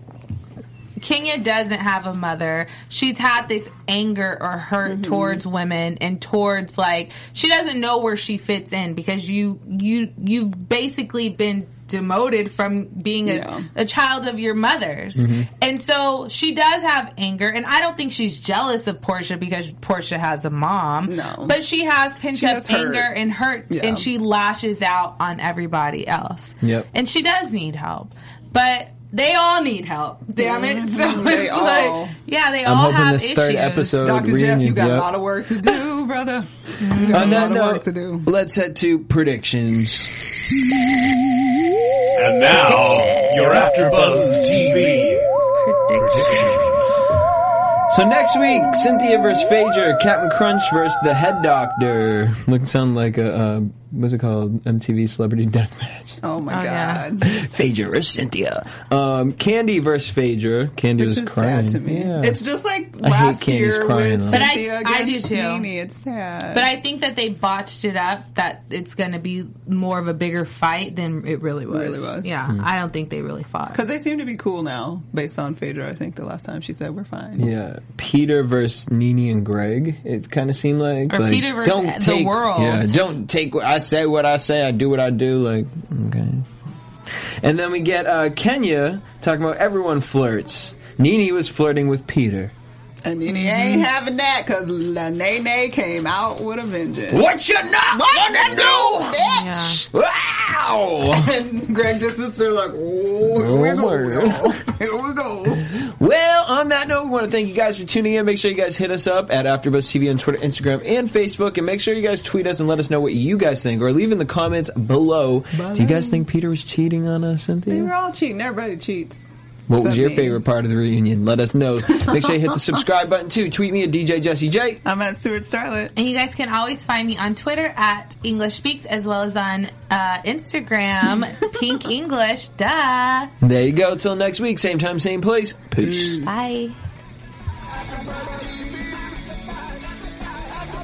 Kenya doesn't have a mother. She's had this anger or hurt
Mm-hmm.
towards women and towards like she doesn't know where she fits in because you you you've basically been demoted from being a,
Yeah. Mm-hmm.
a child of your mother's. And so she does have anger and I don't think she's jealous of Portia because Portia has a mom.
No.
But she has pent
She
up
has hurt.
anger and hurt
Yeah.
and she lashes out on everybody else.
Yep.
And she does need help. But they all need help. Damn
[laughs]
it. So
They
it's
all.
like yeah, they
I'm
all
hoping
have
this
issues.
third episode
Doctor Jeff,
Uh, reunion-
you got a
yep.
lot of work to do, brother. You got
On that
a lot of
note,
work to do.
Uh, Let's head to predictions.
And now, you're after Buzz TV.
So next week, Cynthia versus Phaedra, Captain Crunch versus the Head Doctor. Look, sound like a uh, what's it called? MTV Celebrity Deathmatch.
Oh my
Oh, yeah.
god,
Phaedra versus Cynthia. Um, Candy versus Phaedra. Candy
which
was
is
crying.
sad to me.
Yeah.
It's just like
I hate
last
Candy's
year
crying,
with
though.
But I-
Cynthia
I
against
do too.
Nene. It's sad.
But I think that they botched it up that it's going to be more of a bigger fight than it really was.
Really was.
Yeah,
Hmm.
I don't think they really fought.
because they seem to be cool now, based on Phaedra. I think the last time she said we're fine.
Yeah, Peter versus Nini and Greg. It kind of seemed like,
Or
like,
Peter versus
don't
the
take,
world.
Yeah, don't take what I say. What I say, I do what I do. Like okay, and then we get uh, Kenya talking about everyone flirts. Nini was flirting with Peter.
And Nene
Mm-hmm.
ain't having that because Nene came out with a vengeance.
What you not gonna do?
yeah.
Wow.
And Greg just sits there like, oh, here we go, y'all. here we go.
[laughs]
Well, on that note, we want to thank you guys for tuning in. Make sure you guys hit us up at AfterBuzz TV on Twitter, Instagram, and Facebook, and make sure you guys tweet us and let us know what you guys think, or leave in the comments below. Do you guys think Peter was cheating on us, Cynthia?
They were all cheating. Everybody cheats.
What was
that
your
mean?
favorite part of the reunion? Let us know. Make sure you hit the subscribe button too. Tweet me at DJ Jesse J.
I'm at Stuart Starlet.
And you guys can always find me on Twitter at English Speaks as well as on uh,
[laughs]
Instagram, Pink English. Duh.
There you go. Till next week, same time, same place. Peace.
Bye.